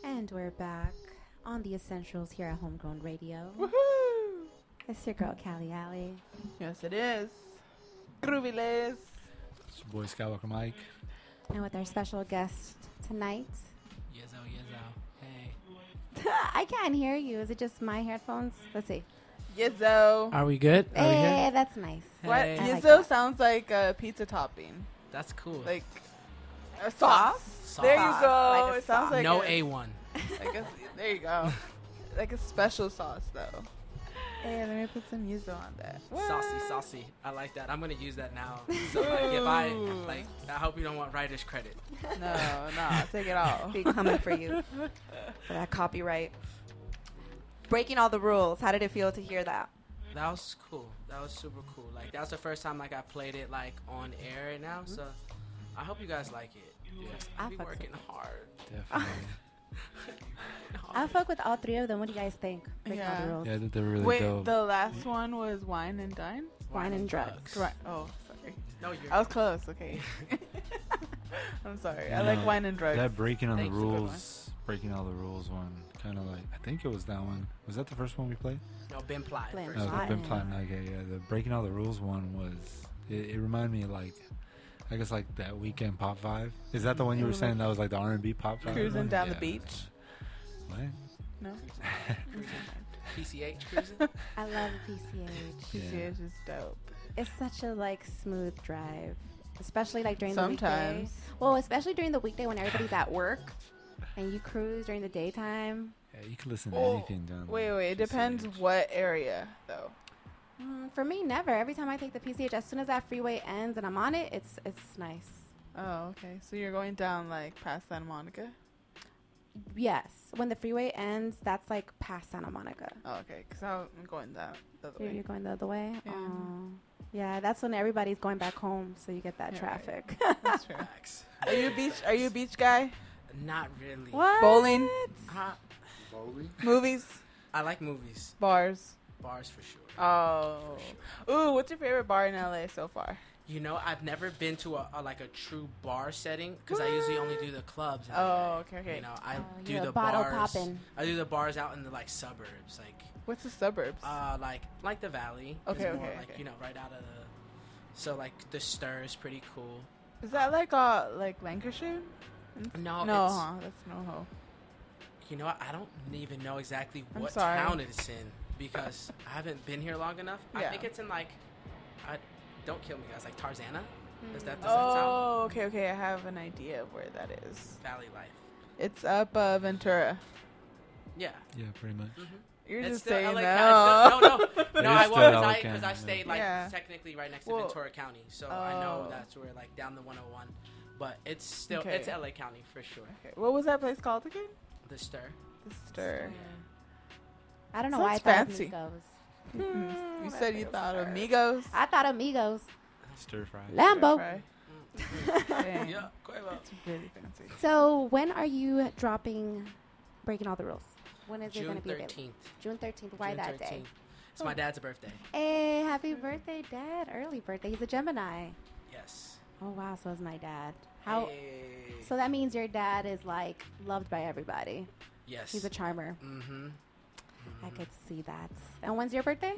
S3: And we're back on the Essentials here at Homegrown Radio.
S1: Woohoo!
S3: It's your girl Callie Alley.
S1: Yes, it is. Groovy Liz.
S2: It's your boy Skywalker Mike.
S3: And with our special guest tonight.
S7: Yes, oh, yes, oh. Hey.
S3: I can't hear you. Is it just my headphones? Let's see.
S1: Yizzo.
S7: Are we good? Are we
S3: Hey,
S7: here?
S3: that's nice.
S1: What?
S7: Hey.
S3: I like
S1: Yizzo
S3: that.
S1: sounds like a pizza topping.
S7: That's cool.
S1: Like a sauce.
S7: Sauce.
S1: There
S7: Sauce,
S1: you go.
S8: like a
S1: it sounds like uh,
S7: no
S1: a,
S7: A1.
S1: like a, there you go. Like a special sauce though. Hey, let me put some yuzu on that.
S7: Saucy, saucy. I like that. I'm gonna use that now. So like, if I
S1: Ooh.
S7: like, I hope you don't want writer's credit.
S1: No, no, take it all.
S8: Be coming for you for that copyright. Breaking all the rules. How did it feel to hear that?
S4: that was cool. That was super cool. Like that was the first time like I played it like on air right now. So I hope you guys like it.
S3: I
S4: We
S3: fucks
S4: working hard.
S2: Definitely.
S3: I fuck with all three of them. What do you guys think? Break all the
S1: Yeah.
S3: rules.
S2: yeah, I think they're really
S1: Wait,
S2: dope.
S1: the last one was wine and dine.
S3: Wine and drugs.
S1: Right. Oh, sorry.
S4: No, you're.
S1: I was close. Okay. I'm sorry. I like
S2: No,
S1: wine and drugs.
S2: That breaking on the
S1: Thanks, a good one.
S2: rules, breaking all the rules one, kind of like I think it was that one. Was that the first one we played?
S4: no, Ben Platt.
S3: Blame.
S4: first.
S2: No, the Ben
S3: Platinum.
S2: Platinum. Okay, yeah, the breaking all the rules one was. It, it reminded me like, I guess like that weekend pop five. Is that the one you were saying that was like the R and B pop five?
S1: Cruising
S2: one?
S1: down the
S2: Yeah.
S1: beach.
S2: What?
S1: No.
S4: PCH cruising.
S3: I love PCH.
S2: Yeah.
S1: PCH is dope.
S3: It's such a like smooth drive, especially like during the weekday.
S1: Sometimes.
S3: Well, especially during the weekday when everybody's at work, and you cruise during the daytime.
S2: Yeah, you could listen to
S1: Oh,
S2: anything down.
S1: Wait,
S2: there.
S1: wait. It
S2: Just
S1: depends
S2: like-
S1: what area though.
S3: Mm, for me, never. Every time I take the PCH, as soon as that freeway ends and I'm on it, it's it's nice.
S1: Oh, okay. So you're going down like past Santa Monica.
S3: Yes, when the freeway ends, that's like past Santa Monica.
S1: Oh, okay. Because I'm going down the other
S3: You're,
S1: way.
S3: you're going the other way.
S1: Yeah.
S3: Oh. Yeah, that's when everybody's going back home, so you get that
S1: Yeah, right.
S3: traffic.
S1: That's true.
S4: Facts.
S1: Are you a beach? Are you a beach guy?
S4: Not really.
S3: what?
S1: Bowling,
S4: I,
S1: movies,
S4: I like movies,
S1: bars.
S4: bars for sure.
S1: Oh, ooh. What's your favorite bar in LA so far?
S4: You know, I've never been to a, a like a true bar setting because I usually only do the clubs. and
S1: Oh,
S4: like that.
S1: okay, okay.
S4: You know, I
S3: Oh,
S4: do
S3: you're a
S4: the
S3: bottle
S4: bars.
S3: poppin'.
S4: I do the bars out in the like suburbs, like
S1: What's the suburbs?
S4: uh, like like the valley.
S1: Okay,
S4: It's more
S1: okay,
S4: Like
S1: okay.
S4: you know, right out of the. So like the stir is pretty cool.
S1: Is that like uh like Lancashire?
S4: No,
S1: no, uh-huh.
S4: Oh, it's,
S1: huh? That's no ho.
S4: you know, I don't even know exactly
S1: I'm
S4: what
S1: sorry.
S4: town it's in because I haven't been here long enough. I
S1: Yeah.
S4: think it's in like, I don't kill me guys, like Tarzana. Is that does that sound
S1: Oh, okay, okay. I have an idea of where that is.
S4: Valley Life?
S1: It's up uh, Ventura.
S4: Yeah. Mm-hmm.
S2: Yeah, pretty much.
S1: You're
S4: It's
S1: just
S4: still
S1: saying
S4: LA
S1: that.
S4: County. No, no, no.
S2: It
S4: I
S2: is
S4: was
S2: still LA
S4: because I,
S2: County,
S4: stayed
S2: yeah.
S4: like
S1: Yeah.
S4: technically right next to
S1: Well-
S4: Ventura County, so I know
S1: Oh.
S4: that's where like down the 101. But it's still
S1: Okay.
S4: it's LA County for sure.
S1: Okay, What was that place called again?
S4: The stir.
S1: The Stir.
S3: I don't know
S1: Sounds
S3: why I thought
S1: fancy.
S3: of Migos.
S4: Mm-hmm.
S1: Mm, You said you thought Amigos.
S3: I thought of Migos.
S2: Stir fry.
S3: Lambo.
S1: Fry. Dang,
S4: Yeah, Quavo.
S1: It's really fancy.
S3: So when are you dropping breaking all the rules? When is it
S4: June
S3: going to be available?
S4: 13th.
S3: June 13th. Why
S4: June
S3: that day? Oh.
S4: 13th. It's my dad's birthday.
S3: Hey, happy birthday, Dad. Early birthday. He's a Gemini.
S4: Yes.
S3: Oh, wow. So is my dad. How?
S4: Eh, Hey.
S3: So that means your dad is like loved by everybody.
S4: yes.
S3: He's a charmer.
S4: mm-hmm.
S3: I could see that. And when's your birthday?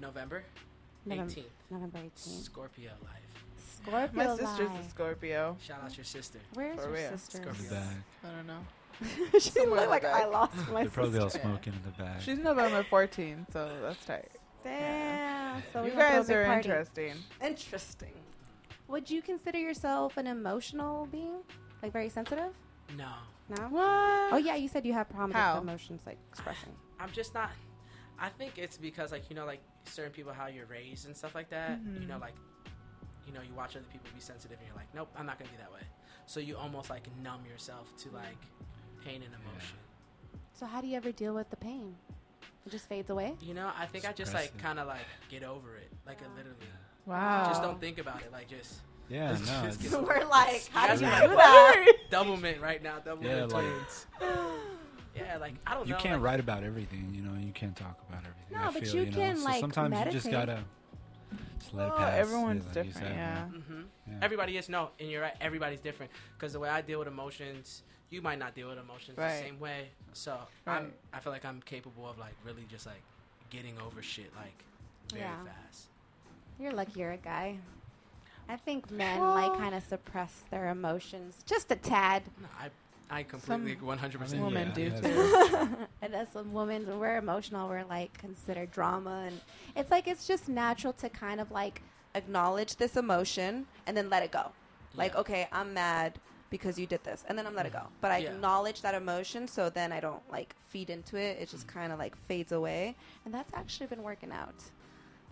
S4: November
S3: November
S4: 18th.
S3: November 18th.
S4: Scorpio life.
S3: Scorpio.
S1: My sister's
S3: lie.
S1: a Scorpio.
S4: Shout out your sister.
S3: Where's
S1: For
S3: your
S1: real.
S3: sister?
S2: In the
S4: Scorpio.
S2: back.
S1: I don't know.
S3: she
S1: Somewhere
S3: looked
S1: in
S3: like
S1: the
S3: I
S1: back.
S3: lost my
S2: They're probably all
S3: sister.
S2: smoking in the back.
S1: She's November 14, so that's tight.
S3: Damn. So we
S1: You
S3: gonna throw a
S1: guys
S3: big
S1: are
S3: party.
S1: interesting.
S5: Interesting.
S3: Would you consider yourself an emotional being? Like very sensitive?
S4: No,
S3: No.
S1: What?
S3: Oh yeah, you said you have problems
S1: How?
S3: with emotions like expressing.
S4: I'm just not. I think it's because like you know like certain people how you're raised and stuff like that. You
S5: Mm-hmm.
S4: know like, you know you watch other people be sensitive and you're like, nope, I'm not gonna be that way. So you almost like numb yourself to like pain and emotion.
S3: So how do you ever deal with the pain? It just fades away.
S4: You know, I think I just
S2: Suppress
S4: like
S2: it.
S4: kind of like get over it. Like it literally,
S1: Wow.
S4: just
S5: Oh.
S4: don't think about it. Like just
S2: yeah,
S4: Just
S2: no.
S4: get
S2: it's-
S4: some-
S5: We're like, how
S4: guys
S5: do you
S4: are
S5: do that?
S4: double mint right now. Double
S2: Yeah,
S4: mint
S2: like-
S4: twins. yeah, like I don't
S2: you
S4: know.
S2: can't
S4: like,
S2: write about everything, you know. and You can't talk about everything.
S3: No,
S2: I
S3: but
S2: feel,
S3: you
S2: know?
S3: can,
S2: so
S3: like,
S2: Sometimes you just
S3: meditate.
S2: gotta just let it
S1: Oh,
S2: pass. yeah,
S1: everyone's
S2: like you
S1: different,
S2: said,
S1: yeah.
S2: man.
S4: hmm
S2: Yeah.
S4: Everybody is no, and you're right. Everybody's different because the way I deal with emotions, you might not deal with emotions
S1: Right.
S4: the same way. So I'm, I feel like I'm capable of like really just like getting over shit like very
S3: Yeah.
S4: fast.
S3: You're lucky you're a guy. I think men
S1: Well-
S3: like kind of suppress their emotions just a tad.
S4: No, I I completely 100
S2: I mean,
S4: percent.
S1: Women
S2: yeah,
S1: do
S2: yeah,
S1: too.
S2: that's-
S3: And as some women, when we're emotional, we're like considered drama, and it's like it's just natural to kind of like
S5: Acknowledge this emotion and then let it go. Like,
S4: Yeah. Mm-hmm.
S5: okay, I'm mad because you did this, and then I'm let it go. But I
S4: Yeah.
S5: acknowledge that emotion, so then I don't like feed into it. It
S4: Mm-hmm.
S5: just kind of like fades away.
S3: And that's actually been working out.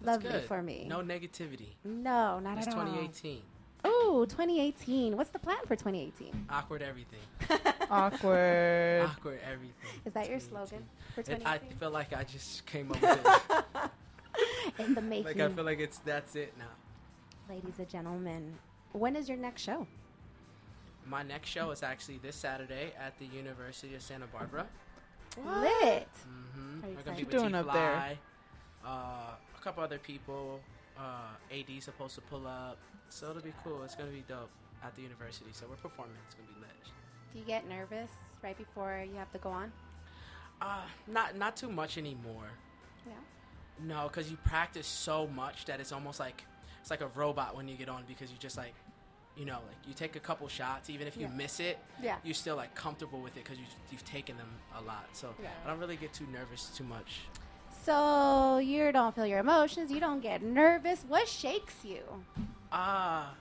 S4: That's
S3: Lovely
S4: good.
S3: for me.
S4: No negativity.
S3: no, not
S4: It's
S3: at all.
S4: 2018.
S3: Ooh, 2018. What's the plan for 2018?
S4: Awkward everything.
S1: Awkward.
S4: Awkward everything.
S3: Is that your
S4: 2018.
S3: slogan for
S4: It, I
S3: 2018?
S4: feel like I just came up with it.
S3: in the
S4: Like
S3: making,
S4: I feel like it's that's it now.
S3: ladies and gentlemen. When is your next show?
S4: My next show is actually this Saturday at the University of Santa Barbara.
S3: Lit.
S4: Mm-hmm.
S3: Are you
S4: We're gonna
S3: excited?
S4: be with
S1: What you doing
S4: T
S1: up there?
S4: Fly, uh, a couple other people. Uh, AD supposed to pull up, so it'll be cool. It's gonna be dope at the university. So we're performing. It's gonna be lit.
S3: Do you get nervous right before you have to go on?
S4: Uh, not not too much anymore.
S3: Yeah.
S4: No, because you practice so much that it's almost like it's like a robot when you get on because you just like, you know, like you take a couple shots. Even if you
S3: Yeah.
S4: miss it,
S3: Yeah.
S4: you're still like comfortable with it because you, you've taken them a lot. So
S3: Yeah.
S4: I don't really get too nervous too much.
S3: So you don't feel your emotions. You don't get nervous. What shakes you?
S4: Ah,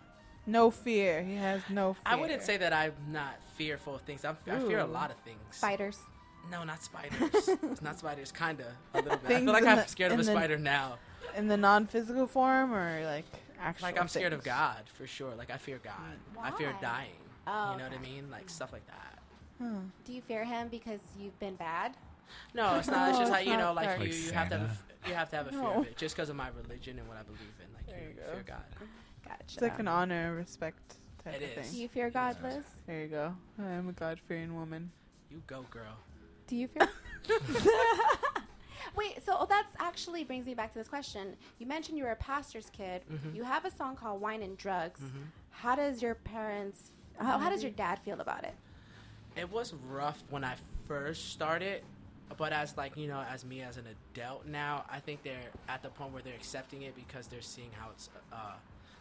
S1: No fear. He has no fear.
S4: I wouldn't say that I'm not fearful of things. I'm, I fear a lot of things.
S3: Spiders.
S4: No, not spiders. it's not spiders. Kinda a little bit. I
S1: Things
S4: feel like
S1: in
S4: I'm
S1: the-
S4: scared of a
S1: in the-
S4: spider now.
S1: in the non-physical form or like actually.
S4: Like I'm scared of God for sure. Like I fear God. I fear
S3: Why?
S4: dying.
S3: Oh,
S4: you know what I
S3: okay.
S4: mean? Like stuff like that.
S3: Do you fear him because you've been bad?
S4: No, it's not. It's just
S1: No,
S4: like you
S1: it's
S4: know,
S1: Oh, not
S4: like
S1: dark.
S4: you,
S2: Like
S4: you have to have a, f- you have to have a fear
S1: No.
S4: of it just because of my religion and what I believe in. Like
S1: There you
S4: you
S1: go.
S4: fear God.
S3: Gotcha.
S1: It's like an honor and respect type
S4: It
S1: of
S4: is.
S1: thing.
S3: Do you fear God, Liz?
S1: There you go. I am a God-fearing woman.
S4: You go, girl.
S3: Do you fear? Wait, so that actually brings me back to this question. You mentioned you were a pastor's kid. You have a song called "Wine and Drugs." How does your parents? How, how does your dad feel about it?
S4: It was rough when I first started, but as like you know, as me as an adult now, I think they're at the point where they're accepting it because they're seeing how it's uh,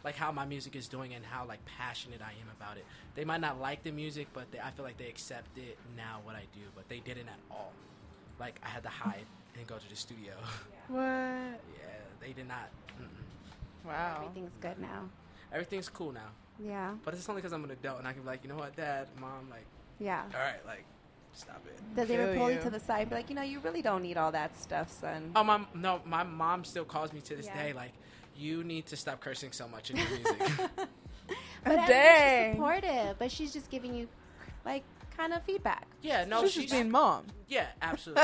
S4: like how my music is doing and how like passionate I am about it. They might not like the music, but they, I feel like they accept it now what I do, but they didn't at all. Like I had to hide and go to the studio.
S1: What?
S4: yeah, they did not. Mm-mm.
S1: Wow.
S3: Everything's good now.
S4: everything's cool now.
S3: Yeah,
S4: But it's only because I'm an adult and I can be like, you know what, dad, mom, like,
S3: yeah.
S4: all right, like, stop it.
S3: Does he ever
S1: Feel
S3: pull you
S1: you.
S3: to the side? and Be like, you know, you really don't need all that stuff, son.
S4: Oh, my, no, my mom still calls me to this
S3: Yeah.
S4: day, like, you need to stop cursing so much in your music.
S3: But I mean,
S1: Dang.
S3: she's supportive, but she's just giving you like kind of feedback.
S4: yeah, no,
S1: she's,
S4: she's,
S1: just being mom.
S4: yeah, absolutely.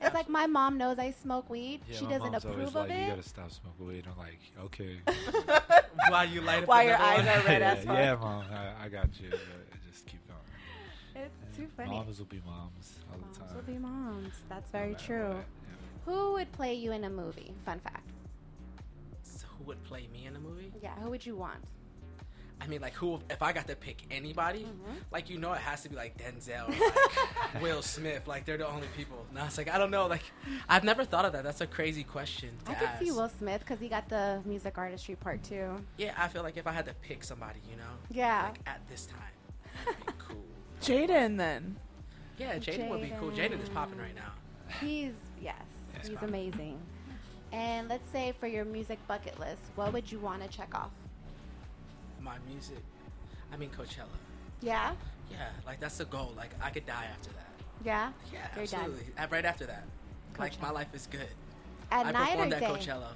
S3: It's like my mom knows I smoke weed.
S2: Yeah,
S3: she
S2: my
S3: doesn't
S2: mom's always
S3: approve of
S2: like, You
S3: it.
S2: gotta stop smoking weed. I'm like, okay.
S4: Why you light up
S3: Why your
S4: another
S3: eyes
S4: one?
S3: are red
S2: yeah,
S3: as fuck.
S2: yeah, mom, I, I got you. But just keep going.
S3: It's too funny.
S2: Moms will be moms all the time.
S3: Moms will be moms. That's
S2: No
S3: very
S2: matter
S3: true.
S2: what, yeah.
S3: Who would play you in a movie? Fun fact.
S4: So who would play me in a movie?
S3: Yeah, who would you want?
S4: I mean, like, who, if I got to pick anybody,
S3: Mm. Mm-hmm.
S4: like, you know, it has to be like Denzel, or, like, Will Smith, like, they're the only people. No, it's like, I don't know, like, I've never thought of that. That's a crazy question to
S3: I could
S4: ask.
S3: see Will Smith because he got the music artistry part too.
S4: Yeah, I feel like if I had to pick somebody, you know,
S3: Yeah.
S4: like at this time, that'd be cool.
S1: Jaden then.
S4: Yeah, Jaden would be cool. Jaden is popping right now.
S3: He's yes,
S4: Yes,
S3: he's
S4: ma'am.
S3: amazing. And let's say for your music bucket list, what would you want to check off?
S4: My music, I mean Coachella.
S3: Yeah,
S4: Yeah, like that's the goal. Like I could die after that.
S3: yeah.
S4: Yeah,
S3: You're done.
S4: absolutely. Uh, Right after that, like my life is good.
S3: At
S4: I
S3: night or
S4: performed
S3: day?
S4: at Coachella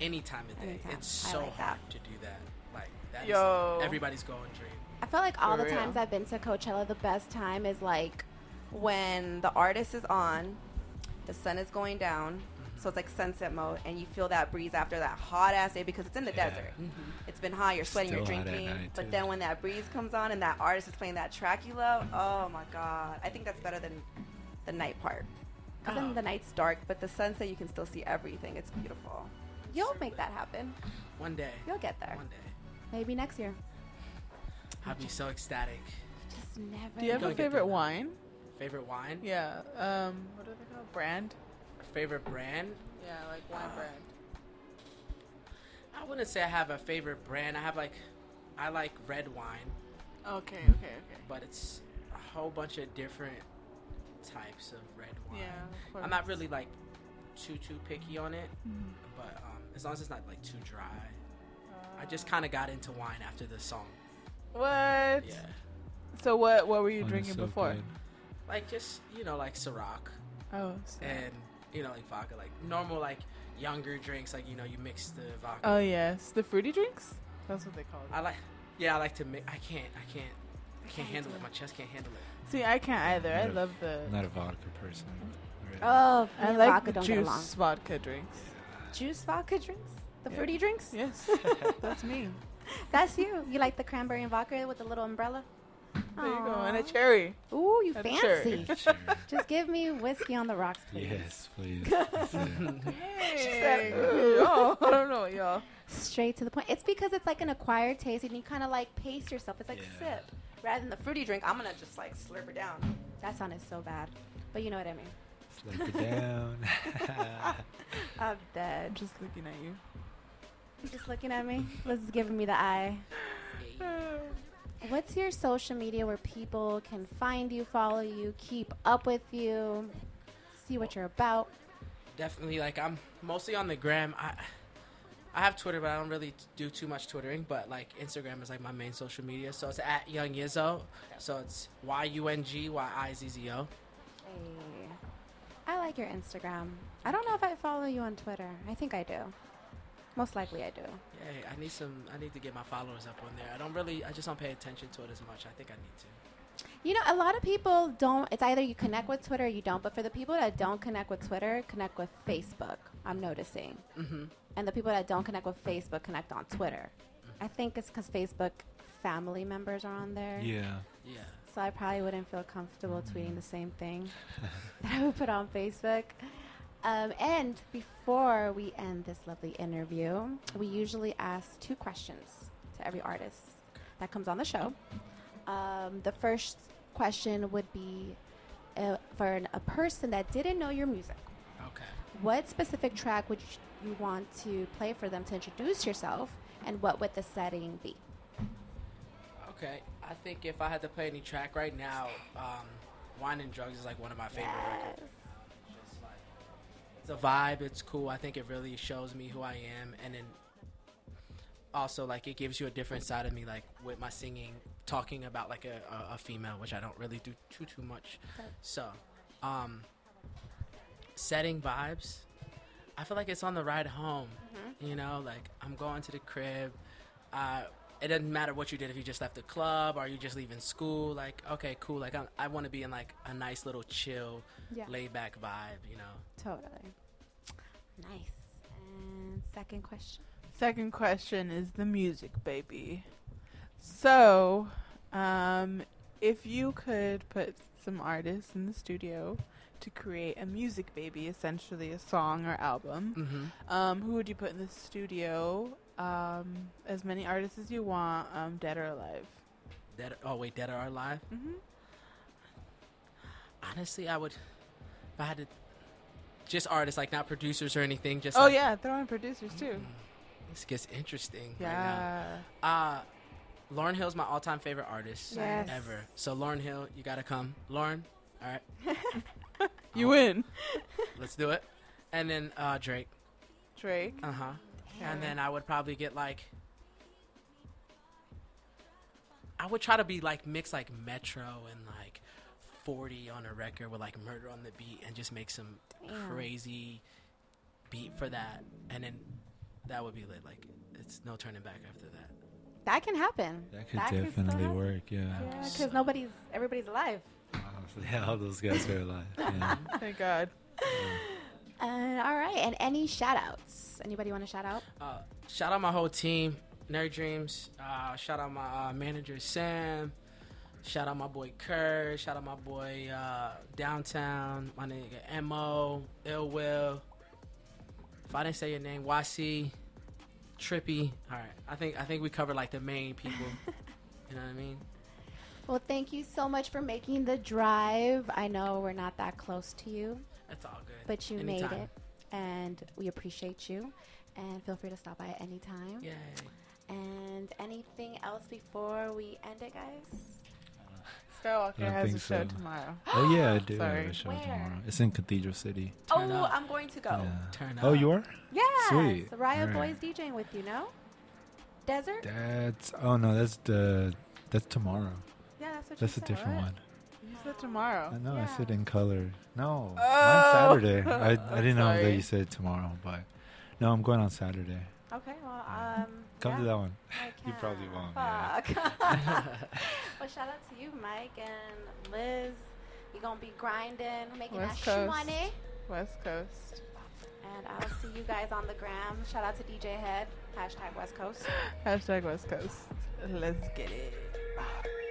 S4: any time of day.
S3: Anytime.
S4: It's
S3: I
S4: so
S3: like that.
S4: hard to do that. Like that is
S1: Yo.
S4: everybody's going dream.
S3: I feel like all
S1: For
S3: the
S1: real.
S3: times I've been to Coachella, the best time is like
S5: when the artist is on, the sun is going down, so it's like sunset mode, and you feel that breeze after that hot ass day because it's in the
S2: Yeah.
S5: desert.
S4: Mm-hmm.
S5: It's been hot, you're sweating,
S2: Still
S5: you're
S2: hot at
S5: drinking,
S2: night,
S5: but
S2: too.
S5: then when that breeze comes on and that artist is playing that track you love, oh my god, I think that's better than the night part.
S3: cause
S1: Oh.
S3: then the nights
S5: It's dark, but the sunset you can still see everything. It's beautiful.
S3: you'll make that happen.
S4: One day.
S3: You'll get there.
S4: One day.
S3: Maybe next year.
S4: I'd be so ecstatic.
S3: Just never.
S1: Do you have
S4: Gotta
S1: a
S4: get
S1: favorite
S4: them.
S1: wine?
S4: Favorite wine?
S1: Yeah. Um. What are they called? Brand.
S4: Favorite brand?
S1: Yeah, like wine brand.
S4: I wouldn't say I have a favorite brand. I have like, I like red wine,
S1: Okay. Okay. Okay.
S4: but it's a whole bunch of different types of red wine.
S1: Yeah, of course.
S4: I'm not really like too too picky on it, but um, as long as it's not like too dry. I just kind of got into wine after the song.
S1: What?
S4: Yeah,
S1: So what? What were you
S2: Wine is
S1: drinking
S2: so
S1: before?
S2: good.
S4: like just you know like Ciroc
S1: Oh. so-
S4: and you know like vodka, like normal like younger drinks. Like you know you mix the vodka.
S1: Oh yes, the fruity drinks. That's what they call it.
S4: I like, yeah, I like to mix. I can't, I can't, I can't handle it. My chest can't handle it.
S1: See, I can't either. I
S2: Yeah.
S1: love the.
S2: I'm not a vodka person. really.
S3: Oh, me
S1: I
S3: and
S1: like
S3: vodka
S1: the
S3: don't get along.
S1: juice vodka drinks.
S3: juice vodka drinks? The fruity drinks?
S1: Yes, that's me.
S3: That's you. You like the cranberry and vodka with the little umbrella?
S1: There you go, and a
S3: Aw.
S1: cherry.
S3: Ooh, you
S1: and a
S3: fancy.
S1: cherry.
S3: Just give me whiskey on the rocks, please.
S2: yes, please. That's it.
S1: Hey, y'all, Oh, I don't know, y'all.
S3: Straight to the point. It's because it's like an acquired taste, and you kind of like pace yourself. It's like
S2: Yeah.
S3: sip.
S5: Rather than the fruity drink, I'm gonna just like slurp it down.
S3: That sounded so bad, but you know what I mean.
S2: Slap it down.
S3: I'm
S1: I'm
S3: dead.
S1: just looking at you.
S3: Just looking at me. Was giving me the eye.
S4: Uh,
S3: What's your social media where people can find you, follow you, keep up with you, see what you're about?
S4: Definitely, like I'm mostly on the gram. I I have Twitter, but I don't really t- do too much twittering. But like Instagram is like my main social media. So it's at Young Yizzo. So it's Y U N G Y I Z Z O.
S3: Hey. I like your Instagram. I don't know if I follow you on Twitter. I think I do. Most likely I do.
S4: Hey, I need some. I need to get my followers up on there. I don't really. I just don't pay attention to it as much. I think I need to.
S3: You know, a lot of people don't. It's either you connect with Twitter or you don't. But for the people that don't connect with Twitter, connect with Facebook. I'm noticing.
S4: Mm-hmm.
S3: And the people that don't connect with Facebook connect on Twitter. I think it's because Facebook family members are on there.
S2: yeah.
S4: Yeah.
S3: So I probably wouldn't feel comfortable tweeting the same thing that I would put on Facebook. Um, and before we end this lovely interview, we usually ask two questions to every artist that comes on the show. Um, the first question would be uh, for an, a person that didn't know your music,
S4: Okay.
S3: what specific track would you want to play for them to introduce yourself, and what would the setting be?
S4: Okay. I think if I had to play any track right now, um, Wine and Drugs is like one of my favorite records. Just like- It's a vibe. It's cool. I think it really shows me who I am, and then also like it gives you a different side of me, like with my singing, talking about like a, a, a female, which I don't really do too too much. So, um, setting vibes. I feel like it's on the ride home. You know, like I'm going to the crib. Uh, it doesn't matter what you did if you just left the club or you just leaving school. Like, okay, cool. Like, i I want to be in like a nice little chill,
S3: Yeah.
S4: laid back vibe. You know.
S3: Totally. Nice. And second question.
S1: Second question is the music, baby. So, um, if you could put some artists in the studio to create a music baby, essentially a song or album,
S4: Mm-hmm.
S1: um, who would you put in the studio? Um, as many artists as you want, um, dead or alive.
S4: Dead. Oh wait, dead or alive?
S1: Mm-hmm.
S4: Honestly, I would. If I had to, just artists, like not producers or anything. Just
S1: Oh
S4: like, Mm,
S1: yeah, throw in producers too.
S4: This gets interesting right
S1: Yeah.
S4: now. Uh, Lauren Hill's my all-time favorite artist
S3: Yes.
S4: ever. So Lauren Hill, you gotta come. Lauren, all right,
S1: You win.
S4: let's do it. And then uh, Drake.
S1: Drake.
S4: Uh huh. And then I would probably get like. I would try to be like mix like Metro and like 40 on a record with like Murder on the Beat and just make some
S3: Damn.
S4: crazy beat for that. And then that would be lit. Like, it's no turning back after that.
S3: That can happen.
S2: That could
S3: still
S2: definitely
S3: happen.
S2: work. Yeah.
S3: Yeah, because nobody's, everybody's alive.
S2: Honestly, all those guys are alive. Yeah.
S1: Thank God.
S3: Uh, all right. And any shout outs? Anybody want to shout out?
S4: Uh, shout out my whole team, Nerd Dreams. Uh, shout out my uh, manager, Sam. Shout out my boy Kerr. Shout out my boy uh, Downtown. My nigga Mo, Ill Will. If I didn't say your name, YC, Trippy. All right, I think I think we covered like the main people. you know what I mean?
S3: Well, thank you so much for making the drive. I know we're not that close to you,
S4: That's all good.
S3: but you made
S4: Anytime.
S3: it. And we appreciate you. And feel free to stop by at any time.
S4: Yay.
S3: And anything else before we end it, guys?
S1: Skywalker
S2: don't
S1: has a
S2: think
S1: show
S2: so.
S1: tomorrow.
S2: Oh yeah, I do have
S1: Sorry.
S2: a show
S3: Where?
S2: tomorrow. It's in Cathedral City.
S4: Turn
S5: oh,
S4: up.
S5: I'm going to go.
S2: Yeah.
S4: Turn
S2: Oh,
S4: up.
S2: you are?
S3: Yeah.
S2: Sweet.
S3: Raya
S2: All
S3: Boy's
S2: right.
S3: DJing with you, no? Desert?
S2: That's oh no, that's the that's tomorrow.
S3: Yeah, that's what
S2: That's a
S3: you said.
S2: different
S1: What?
S2: one.
S1: You said tomorrow.
S2: I know. I
S3: Yeah.
S2: said in color. No,
S1: Oh.
S2: on Saturday. I,
S1: I'm
S2: I didn't know that
S1: sorry.
S2: you said tomorrow, but no, I'm going on Saturday.
S3: Okay, well, um,
S2: Come
S3: yeah,
S2: to that one.
S3: I
S2: You probably
S3: can't.
S2: won't, yeah.
S3: Fuck. well, shout out to you, Mike and Liz. You're gonna be grinding, making
S1: West
S3: that
S1: Coast.
S3: money.
S1: West Coast.
S3: And I'll see you guys on the gram. Shout out to DJ Head. Hashtag West Coast.
S1: Hashtag West Coast. Let's get it.